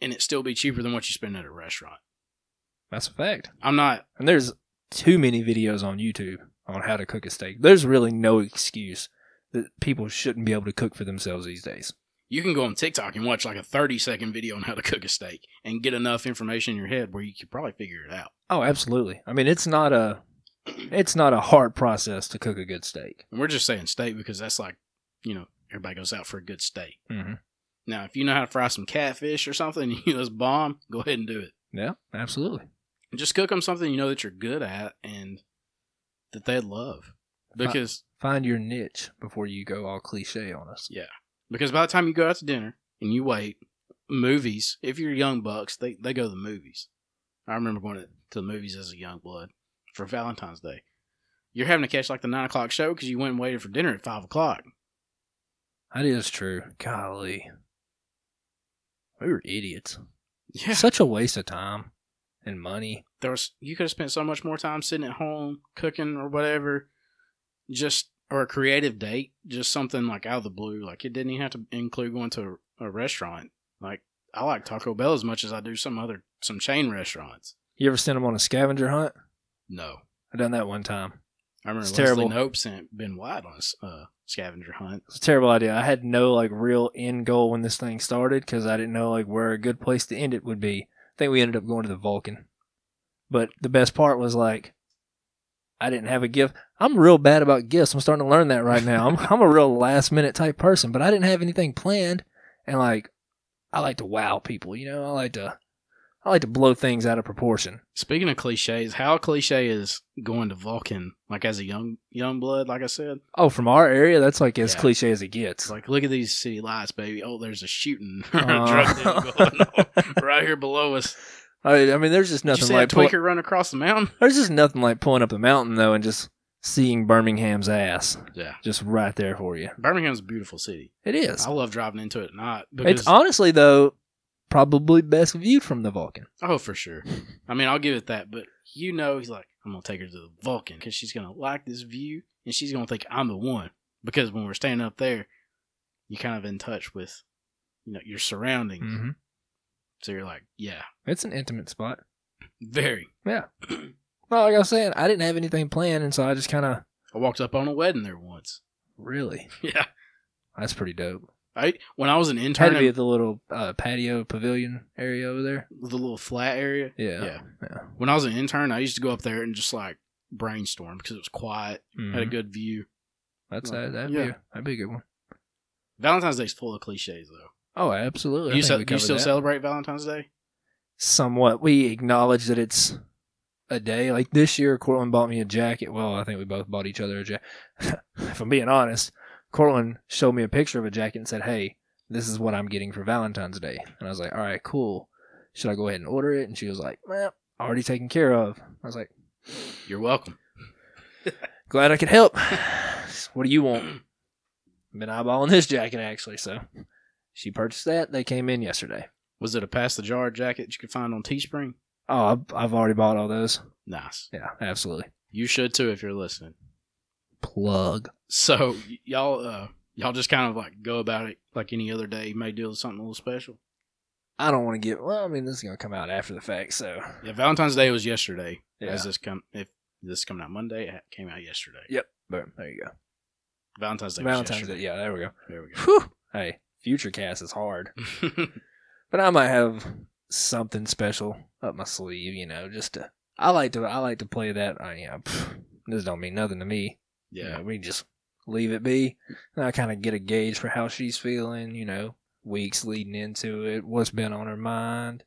Speaker 1: and it still be cheaper than what you spend at a restaurant.
Speaker 2: That's a fact.
Speaker 1: I'm not.
Speaker 2: And there's too many videos on YouTube on how to cook a steak. There's really no excuse that people shouldn't be able to cook for themselves these days.
Speaker 1: You can go on TikTok and watch like a 30 second video on how to cook a steak and get enough information in your head where you could probably figure it out.
Speaker 2: Oh, absolutely. I mean, it's not a it's not a hard process to cook a good steak.
Speaker 1: And we're just saying steak because that's like, you know, everybody goes out for a good steak.
Speaker 2: Mm-hmm.
Speaker 1: Now, if you know how to fry some catfish or something, you know, it's bomb, go ahead and do it.
Speaker 2: Yeah, absolutely.
Speaker 1: And just cook them something you know that you're good at and that they love. Because
Speaker 2: Find your niche before you go all cliche on us.
Speaker 1: because by the time you go out to dinner and you wait, movies, if you're young bucks, they, they go to the movies. I remember going to, to the movies as a young blood for Valentine's Day. You're having to catch like the nine o'clock show because you went and waited for dinner at five o'clock.
Speaker 2: That is true. Golly, we were idiots.
Speaker 1: Yeah.
Speaker 2: Such a waste of time and money.
Speaker 1: there was you could have spent so much more time sitting at home cooking or whatever just or a creative date just something like out of the blue like it didn't even have to include going to a, a restaurant like i like taco bell as much as i do some other some chain restaurants
Speaker 2: You ever sent them on a scavenger hunt?
Speaker 1: no
Speaker 2: I done that one time.
Speaker 1: i remember
Speaker 2: It's
Speaker 1: Leslie
Speaker 2: terrible.
Speaker 1: Nope sent ben white on a s- uh, scavenger hunt
Speaker 2: It's a terrible idea. I had no like real end goal when this thing started because I didn't know like where a good place to end it would be. I think we ended up going to the Vulcan. But the best part was like I didn't have a gift. I'm real bad about gifts. I'm starting to learn that right now. I'm I'm a real last minute type person, but I didn't have anything planned and like I like to wow people, you know? I like to I like to blow things out of proportion.
Speaker 1: speaking of cliches how cliche is going to vulcan like as a young young blood like i said
Speaker 2: Oh, from our area, that's like as
Speaker 1: Yeah.
Speaker 2: cliche as it gets.
Speaker 1: It's like, look at these city lights, baby. Oh, there's a shooting or a drug deal
Speaker 2: Uh,
Speaker 1: going on right here below us.
Speaker 2: I, I mean, there's just
Speaker 1: Did you
Speaker 2: nothing
Speaker 1: see
Speaker 2: like
Speaker 1: that
Speaker 2: pull-
Speaker 1: tweaker run across the mountain?
Speaker 2: There's just nothing like pulling up the mountain though and just seeing Birmingham's ass
Speaker 1: Yeah.
Speaker 2: just right there for you.
Speaker 1: Birmingham's a beautiful city.
Speaker 2: It is.
Speaker 1: I love driving into it at night because
Speaker 2: It's honestly though probably best viewed from the Vulcan.
Speaker 1: oh, for sure. I mean, I'll give it that, but you know, he's like, I'm gonna take her to the Vulcan because she's gonna like this view and she's gonna think I'm the one because when we're standing up there, you're kind of in touch with, you know, your surroundings.
Speaker 2: Mm-hmm.
Speaker 1: So you're like, yeah,
Speaker 2: It's an intimate spot.
Speaker 1: very.
Speaker 2: Well, like I was saying, I didn't have anything planned, and so I just kind of
Speaker 1: I walked up on a wedding there once.
Speaker 2: really.
Speaker 1: Yeah,
Speaker 2: That's pretty dope.
Speaker 1: I when I was an
Speaker 2: Had
Speaker 1: intern
Speaker 2: to
Speaker 1: in
Speaker 2: be at the little uh, patio pavilion area over there.
Speaker 1: the little flat area,
Speaker 2: Yeah.
Speaker 1: Yeah.
Speaker 2: yeah.
Speaker 1: when I was an intern, I used to go up there and just like brainstorm because it was quiet, had a
Speaker 2: Mhm.
Speaker 1: good view.
Speaker 2: That's
Speaker 1: Yeah.
Speaker 2: that. That'd be
Speaker 1: Yeah.
Speaker 2: a, that'd be a good one.
Speaker 1: Valentine's Day's full of cliches, though.
Speaker 2: Oh, absolutely. I
Speaker 1: you
Speaker 2: think
Speaker 1: ce-
Speaker 2: we
Speaker 1: you
Speaker 2: covered
Speaker 1: still
Speaker 2: that.
Speaker 1: celebrate Valentine's Day?
Speaker 2: somewhat we acknowledge that it's a day like this year Cortland bought me a jacket well I think we both bought each other a jacket if I'm being honest Cortland showed me a picture of a jacket and said hey this is what I'm getting for Valentine's Day and I was like all right cool should I go ahead and order it and she was like well already taken care of I was like
Speaker 1: You're welcome.
Speaker 2: glad I could help what do you want I've been eyeballing this jacket actually so she purchased that they came in yesterday
Speaker 1: Was it a pass the jar jacket you could find on Teespring?
Speaker 2: oh I've- I've already bought all those
Speaker 1: Nice.
Speaker 2: yeah absolutely
Speaker 1: You should too if you're listening.
Speaker 2: plug
Speaker 1: So y- y'all, uh, y'all just kind of like go about it like any other day. You may do something a little special.
Speaker 2: I don't want to get. Well, I mean, this is gonna come out after the fact, so
Speaker 1: Yeah, Valentine's Day was yesterday.
Speaker 2: yeah.
Speaker 1: As this come if this is coming out Monday, it came out yesterday.
Speaker 2: Yep. Boom. There you go.
Speaker 1: Valentine's Day.
Speaker 2: Valentine's
Speaker 1: was
Speaker 2: Day.
Speaker 1: yesterday.
Speaker 2: Yeah, there we go.
Speaker 1: There we go.
Speaker 2: Whew. Hey, future cast is hard, but I might have something special up my sleeve. You know, just to. I like to. I like to play that. I, you know, pff, this don't mean nothing to me. You
Speaker 1: yeah.
Speaker 2: know, we just leave it be. And I kind of get a gauge for how she's feeling. You know, weeks leading into it, what's been on her mind.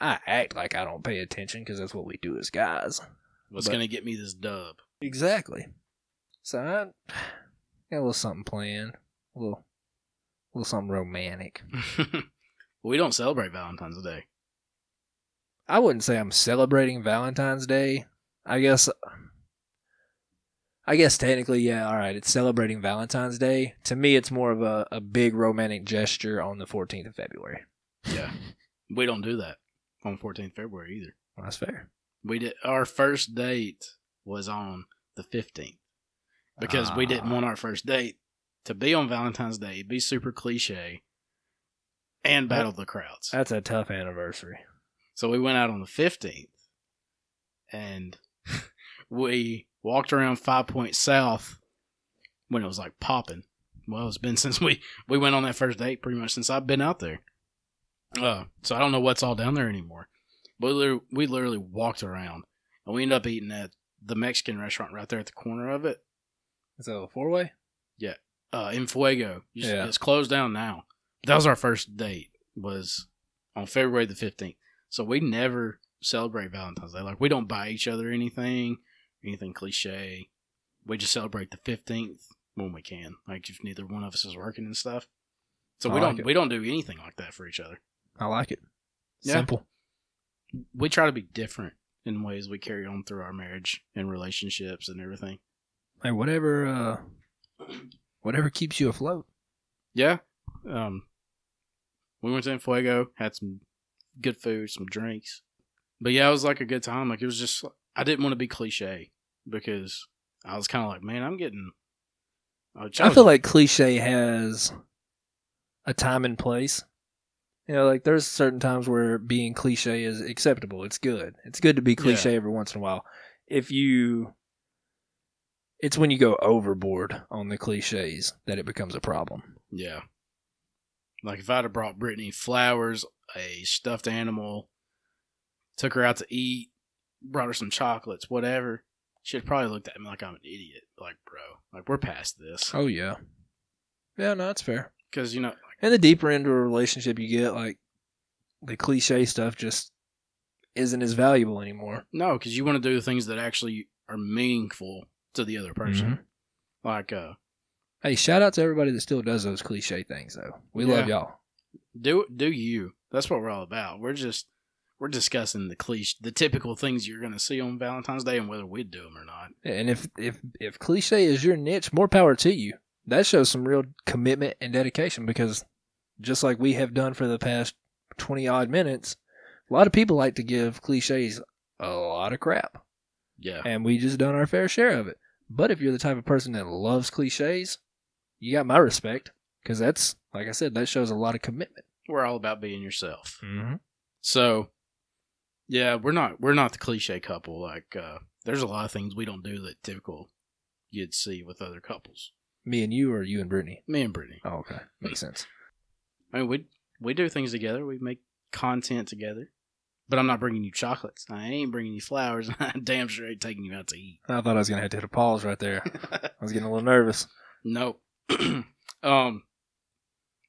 Speaker 2: I act like I don't pay attention because that's what we do as guys.
Speaker 1: What's
Speaker 2: But-
Speaker 1: gonna get me this dub?
Speaker 2: Exactly. So I got a little something planned, a little, a little something romantic.
Speaker 1: we don't celebrate Valentine's Day.
Speaker 2: I wouldn't say I'm celebrating Valentine's Day. I guess, I guess technically, yeah, all right, it's celebrating Valentine's Day. To me, it's more of a, a big romantic gesture on the 14th of February.
Speaker 1: Yeah. we don't do that on 14th February either.
Speaker 2: Well, that's fair.
Speaker 1: We did our first date was on the 15th because we didn't
Speaker 2: Ah.
Speaker 1: want our first date to be on Valentine's Day, It'd be super cliche, and battle the crowds.
Speaker 2: That's a tough anniversary.
Speaker 1: So we went out on the 15th and we walked around Five Point South when it was like popping. Well, it's been since we, we went on that first date, pretty much since I've been out there. Uh, so I don't know what's all down there anymore. But we literally, we literally walked around and we ended up eating at the Mexican restaurant right there at the corner of it,
Speaker 2: So four way.
Speaker 1: uh, in Fuego. Just-
Speaker 2: Yeah.
Speaker 1: It's closed down now. That was our first date, was on February the 15th. So we never celebrate Valentine's Day. Like we don't buy each other anything, anything cliche. We just celebrate the fifteenth when we can. Like if neither one of us is working and stuff. So
Speaker 2: I
Speaker 1: we
Speaker 2: like
Speaker 1: don't
Speaker 2: it.
Speaker 1: we don't do anything like that for each other.
Speaker 2: I like it.
Speaker 1: Yeah.
Speaker 2: Simple.
Speaker 1: We try to be different in ways we carry on through our marriage and relationships and everything.
Speaker 2: Hey, whatever, uh, whatever keeps you afloat.
Speaker 1: Yeah. Um we went to Fuego, had some good food, some drinks. But yeah, it was like a good time. Like it was just I didn't want to be cliche because I was kind of like, man, I'm getting. which
Speaker 2: I
Speaker 1: was-
Speaker 2: feel like cliche has a time and place. You know, like there's certain times where being cliche is acceptable. It's good. It's good to be cliche every once in a while. If you, it's when you go overboard on the cliches that it becomes a problem.
Speaker 1: yeah. Like if I'd have brought Brittany flowers, a stuffed animal, took her out to eat, brought her some chocolates, whatever, she'd probably looked at me like I'm an idiot. Like, bro, like we're past this.
Speaker 2: Oh yeah, yeah, no, that's fair.
Speaker 1: Because you know, like,
Speaker 2: And the deeper into a relationship you get, like the cliche stuff just isn't as valuable anymore.
Speaker 1: no, because you want to do the things that actually are meaningful to the other person. Like, uh,
Speaker 2: Hey, shout out to everybody that still does those cliche things though. We
Speaker 1: Yeah.
Speaker 2: love y'all.
Speaker 1: do do you? That's what we're all about. We're just we're discussing the cliche, the typical things you're gonna see on Valentine's Day, and whether we'd do them or not.
Speaker 2: And if if if cliche is your niche, more power to you. That shows some real commitment and dedication because just like we have done for the past 20 odd minutes, a lot of people like to give cliches a lot of crap.
Speaker 1: Yeah,
Speaker 2: And we just done our fair share of it. But if you're the type of person that loves cliches, you got my respect because that's, like I said, that shows a lot of commitment.
Speaker 1: we're all about being yourself.
Speaker 2: Mm-hmm.
Speaker 1: So, yeah, we're not we're not the cliche couple. Like, uh, there's a lot of things we don't do that typical you'd see with other couples.
Speaker 2: Me and you, or you and Brittany?
Speaker 1: Me and Brittany.
Speaker 2: Oh, okay. Makes sense.
Speaker 1: I mean, we we do things together. We make content together. But I'm not bringing you chocolates. I ain't bringing you flowers. I'm damn sure ain't taking you out to eat.
Speaker 2: I thought I was going to have to hit a pause right there. I was getting a little nervous.
Speaker 1: Nope. um.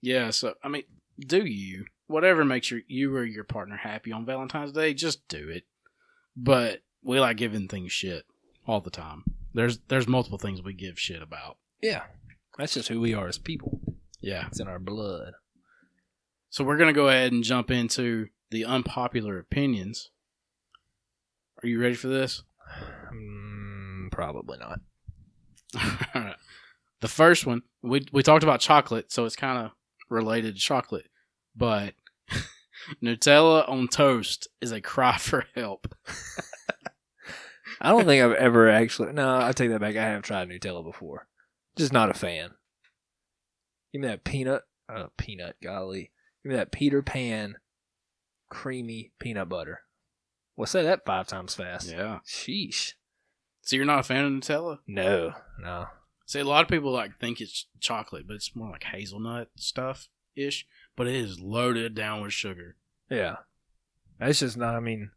Speaker 1: Yeah. So I mean, do you whatever makes your you or your partner happy on Valentine's Day, just do it. But we like giving things shit all the time. There's there's multiple things we give shit about.
Speaker 2: Yeah. That's just who we are as people.
Speaker 1: Yeah.
Speaker 2: It's in our blood.
Speaker 1: So we're gonna go ahead and jump into the unpopular opinions. Are you ready for this?
Speaker 2: Mm, probably not.
Speaker 1: Alright. the first one we we talked about chocolate, so it's kind of related to chocolate, but Nutella on toast is a cry for help.
Speaker 2: I don't think I've ever actually. No, I take that back. I have tried Nutella before. Just not a fan. Give me that peanut. Uh, peanut, golly. Give me that Peter Pan creamy peanut butter. Well, say that five times fast.
Speaker 1: Yeah.
Speaker 2: Sheesh.
Speaker 1: So you're not a fan of Nutella?
Speaker 2: No, no.
Speaker 1: See, a lot of people like think it's chocolate, but it's more like hazelnut stuff ish. But it is loaded down with sugar.
Speaker 2: Yeah. That's just not, I mean,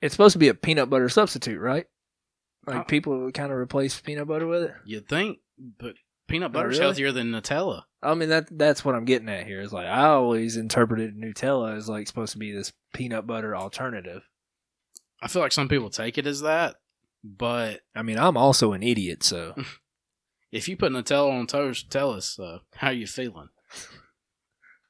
Speaker 2: it's supposed to be a peanut butter substitute, right? Like
Speaker 1: Uh,
Speaker 2: people kind of replace peanut butter with it.
Speaker 1: You'd think, but peanut butter's
Speaker 2: really?
Speaker 1: healthier than Nutella.
Speaker 2: I mean that that's what I'm getting at here. Is like I always interpreted Nutella as like supposed to be this peanut butter alternative.
Speaker 1: I feel like some people take it as that, but
Speaker 2: I mean, I'm also an idiot, so
Speaker 1: if you put Nutella on toast, tell us uh, how you feeling.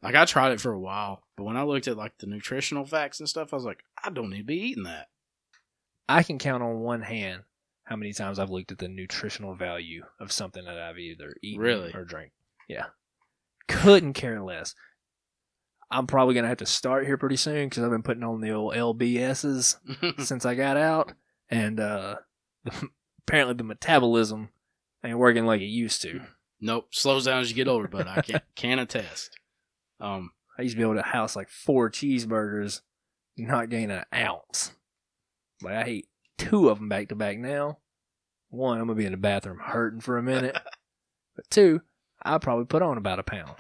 Speaker 1: Like I tried it for a while, but when I looked at like the nutritional facts and stuff, I was like, I don't need to be eating that.
Speaker 2: I can count on one hand how many times I've looked at the nutritional value of something that I've either eaten
Speaker 1: Really?
Speaker 2: or drank. Yeah, couldn't care less. I'm probably gonna have to start here pretty soon because I've been putting on the old LBSs
Speaker 1: Hmm.
Speaker 2: since I got out, and uh, apparently the metabolism ain't working like it used to.
Speaker 1: nope, slows down as you get older, but I can can attest. Um,
Speaker 2: I used to be able to house like four cheeseburgers, not gain an ounce. But I ate two of them back to back now. One, I'm gonna be in the bathroom hurting for a minute. but two, I probably put on about a pound.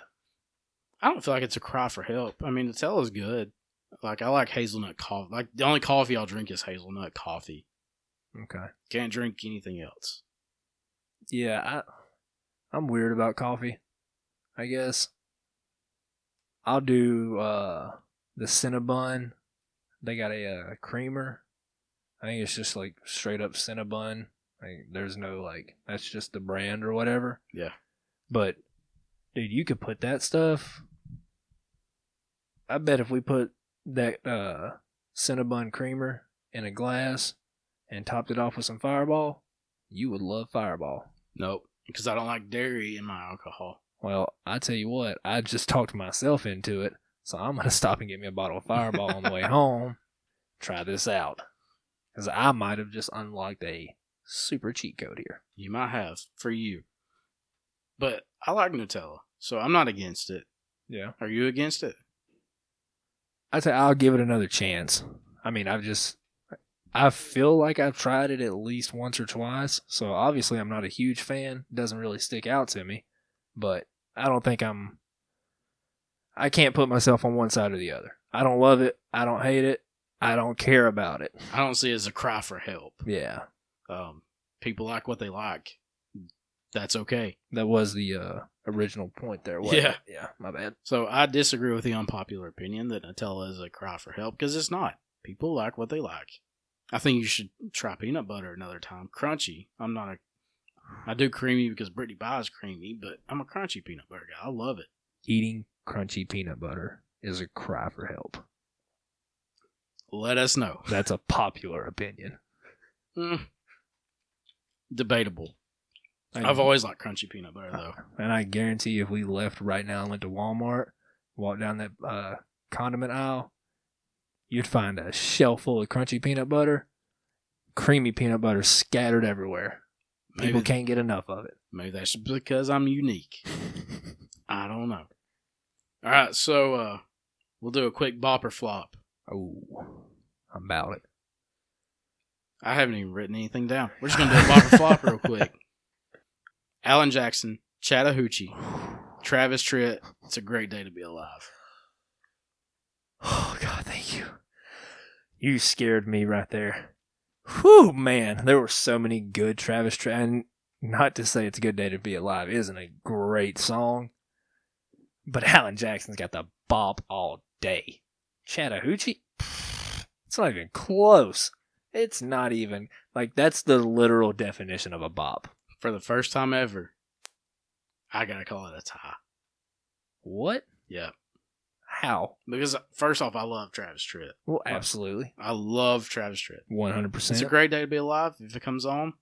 Speaker 1: I don't feel like it's a cry for help. I mean, Nutella's good. Like I like hazelnut coffee. Like the only coffee I'll drink is hazelnut coffee.
Speaker 2: Okay.
Speaker 1: Can't drink anything else.
Speaker 2: Yeah, I, I'm weird about coffee. I guess I'll do uh, the Cinnabon. They got a, uh creamer. I think it's just like straight up Cinnabon. Like, there's no like that's just the brand or whatever.
Speaker 1: Yeah.
Speaker 2: But dude, you could put that stuff. I bet if we put that uh, Cinnabon creamer in a glass and topped it off with some Fireball, you would love Fireball.
Speaker 1: Nope, because I don't like dairy in my alcohol.
Speaker 2: Well, I tell you what, I just talked myself into it. So I'm gonna stop and get me a bottle of Fireball on the way home. Try this out, because I might have just unlocked a super cheat code here.
Speaker 1: You might have for you. But I like Nutella, so I'm not against it.
Speaker 2: Yeah,
Speaker 1: Are you against it?
Speaker 2: I say I'll give it another chance. I mean, I've just I feel like I've tried it at least once or twice, so obviously I'm not a huge fan. It doesn't really stick out to me, but I don't think I'm I can't put myself on one side or the other. I don't love it, I don't hate it, I don't care about it.
Speaker 1: I don't see it as a cry for help.
Speaker 2: Yeah.
Speaker 1: Um, people like what they like. That's okay.
Speaker 2: That was the uh original point there. wasn't
Speaker 1: Yeah.
Speaker 2: it? Yeah, my bad.
Speaker 1: So I disagree with the unpopular opinion that Nutella is a cry for help because it's not. People like what they like. I think you should try peanut butter another time. Crunchy. I'm not a. I do creamy because Brittany buys creamy, but I'm a crunchy peanut butter guy. I love it.
Speaker 2: Eating crunchy peanut butter is a cry for help.
Speaker 1: Let us know.
Speaker 2: That's a popular opinion.
Speaker 1: Mm. Debatable.
Speaker 2: I
Speaker 1: I've always liked crunchy peanut butter though.
Speaker 2: And I guarantee if we left right now and went to Walmart, walked down that uh, condiment aisle, you'd find a shelf full of crunchy peanut butter, creamy peanut butter scattered everywhere. People
Speaker 1: Maybe,
Speaker 2: can't get enough of it.
Speaker 1: maybe that's because I'm unique. I don't know. All right, so uh, we'll do a quick bop or flop.
Speaker 2: Oh, I'm about it.
Speaker 1: I haven't even written anything down. We're just gonna do a bop or flop real quick. Alan Jackson, Chattahoochee, Travis Tritt. It's a great day to be alive.
Speaker 2: Oh God, thank you. You scared me right there. Whew, man, there were so many good Travis Tra- and not to say it's a good day to be alive isn't a great song, but Alan Jackson's got the bop all day. Chattahoochee, Pfft, it's not even close. It's not even like that's the literal definition of a bop.
Speaker 1: For the first time ever, I gotta call it a tie.
Speaker 2: What?
Speaker 1: Yeah,
Speaker 2: How?
Speaker 1: because first off, I love Travis Tritt.
Speaker 2: Well, absolutely,
Speaker 1: I love Travis Tritt.
Speaker 2: one hundred
Speaker 1: It's
Speaker 2: percent.
Speaker 1: a great day to be alive. If it comes on,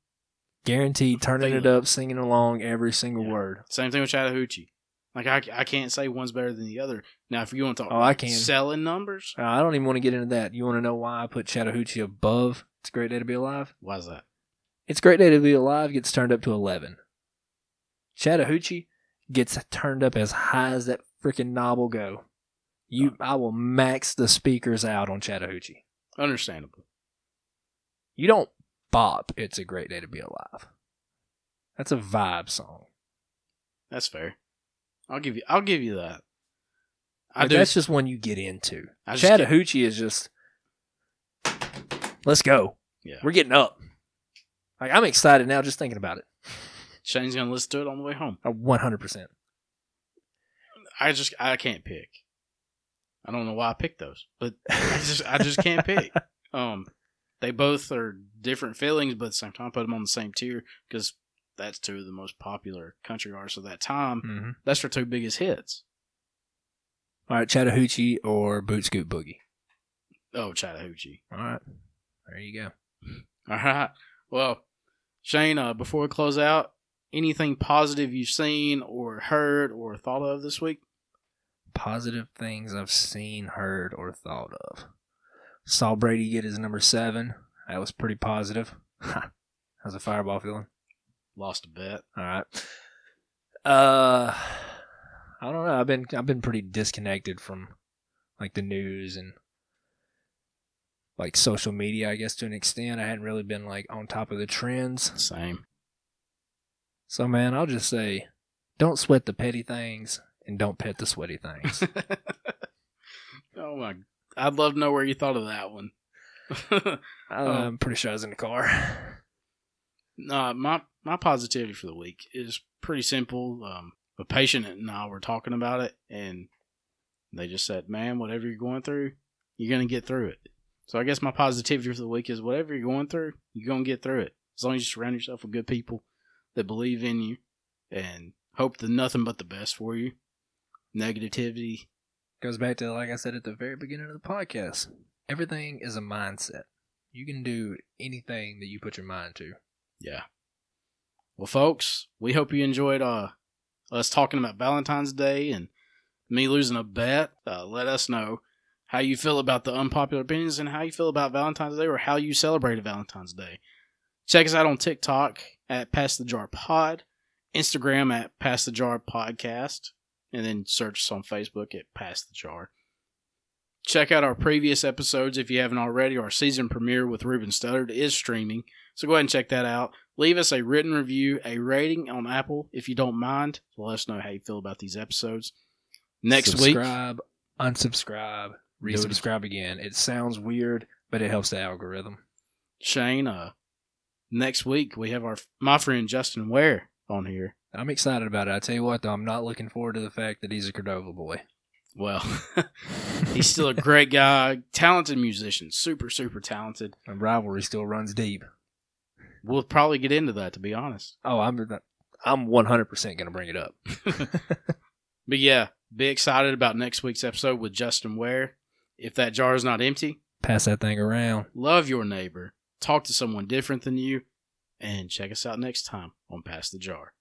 Speaker 2: Guaranteed, turning
Speaker 1: Feeling.
Speaker 2: it up, singing along every single
Speaker 1: Yeah.
Speaker 2: word.
Speaker 1: same thing with Chattahoochee. Like I, I can't say one's better than the other. Now, if you want to talk
Speaker 2: Oh, I can.
Speaker 1: selling numbers,
Speaker 2: Uh, I don't even want to get into that. You want to know why I put Chattahoochee above? It's a great day to be alive.
Speaker 1: why's that?
Speaker 2: It's a great day to be alive gets turned up to eleven. Chattahoochee gets turned up as high as that freaking knob will go. You, I will max the speakers out on Chattahoochee.
Speaker 1: Understandable.
Speaker 2: You don't bop. It's a great day to be alive. That's a vibe song.
Speaker 1: That's fair. I'll give you. I'll give you that. I
Speaker 2: Like,
Speaker 1: do.
Speaker 2: That's just one you get into.
Speaker 1: I just get-
Speaker 2: Chattahoochee is just let's go.
Speaker 1: Yeah.
Speaker 2: We're getting up. Like I'm excited now just thinking about it.
Speaker 1: Shane's gonna listen to it on the way home.
Speaker 2: Uh, 100%.
Speaker 1: I just I can't pick. I don't know why I picked those, but I just I just can't pick. Um, they both are different feelings, but at the same time, put them on the same tier because that's two of the most popular country artists of that time.
Speaker 2: Mhm.
Speaker 1: That's their two biggest hits.
Speaker 2: All right, Chattahoochee or Boot Scoot Boogie.
Speaker 1: Oh, Chattahoochee.
Speaker 2: All right. There you go.
Speaker 1: All right. Well, Shane, uh, before we close out, anything positive you've seen or heard or thought of this week?
Speaker 2: Positive things I've seen, heard, or thought of. Saw Brady get his number seven. That was pretty positive. How's the fireball feeling?
Speaker 1: Lost a bet.
Speaker 2: All right. Uh, I don't know. I've been I've been pretty disconnected from like the news and like social media. I guess to an extent, I hadn't really been like on top of the trends.
Speaker 1: Same.
Speaker 2: So man, I'll just say, don't sweat the petty things and don't pet the sweaty things.
Speaker 1: oh my! I'd love to know where you thought of that one.
Speaker 2: I'm Um, pretty sure I was in the car.
Speaker 1: nah, Uh, my my positivity for the week is pretty simple. Um, a patient and I were talking about it, and they just said, "Man, whatever you're going through, you're gonna get through it." So I guess my positivity for the week is whatever you're going through, you're gonna get through it. As long as you surround yourself with good people that believe in you and hope the nothing but the best for you. Negativity,
Speaker 2: Goes back to like I said at the very beginning of the podcast. Everything is a mindset. You can do anything that you put your mind to.
Speaker 1: Yeah. Well, folks, we hope you enjoyed uh, us talking about Valentine's Day and me losing a bet, uh, let us know how you feel about the unpopular opinions and how you feel about Valentine's Day or how you celebrated Valentine's Day. Check us out on TikTok at Pass the Jar Pod, Instagram at Pass the Jar Podcast, and then search us on Facebook at Pass the Jar. Check out our previous episodes if you haven't already. Our season premiere with Ruben Studdard is streaming, so go ahead and check that out. Leave us a written review, a rating on Apple if you don't mind. Let us know how you feel about these episodes. Next week,
Speaker 2: subscribe, unsubscribe,
Speaker 1: Do it.
Speaker 2: resubscribe again. It sounds weird, but it helps the algorithm.
Speaker 1: Shane, uh, next week we have our my friend Justin Ware on here.
Speaker 2: I'm excited about it. I tell you what, though, I'm not looking forward to the fact that he's a Cordova boy.
Speaker 1: Well, he's still a great guy, talented musician, super super talented.
Speaker 2: The rivalry still runs deep.
Speaker 1: We'll probably get into that to be honest.
Speaker 2: Oh, I'm I'm 100% going to bring it up.
Speaker 1: But yeah, be excited about next week's episode with Justin Ware. If that jar is not empty,
Speaker 2: Pass that thing around.
Speaker 1: love your neighbor, talk to someone different than you, and check us out next time on Pass the Jar.